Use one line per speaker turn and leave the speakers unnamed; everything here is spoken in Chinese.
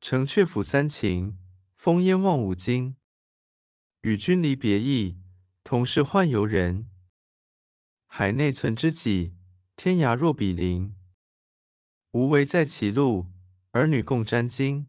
城阙辅三秦，风烟望五津。与君离别意，同是宦游人。海内存知己，天涯若比邻。无为在歧路，儿女共沾巾。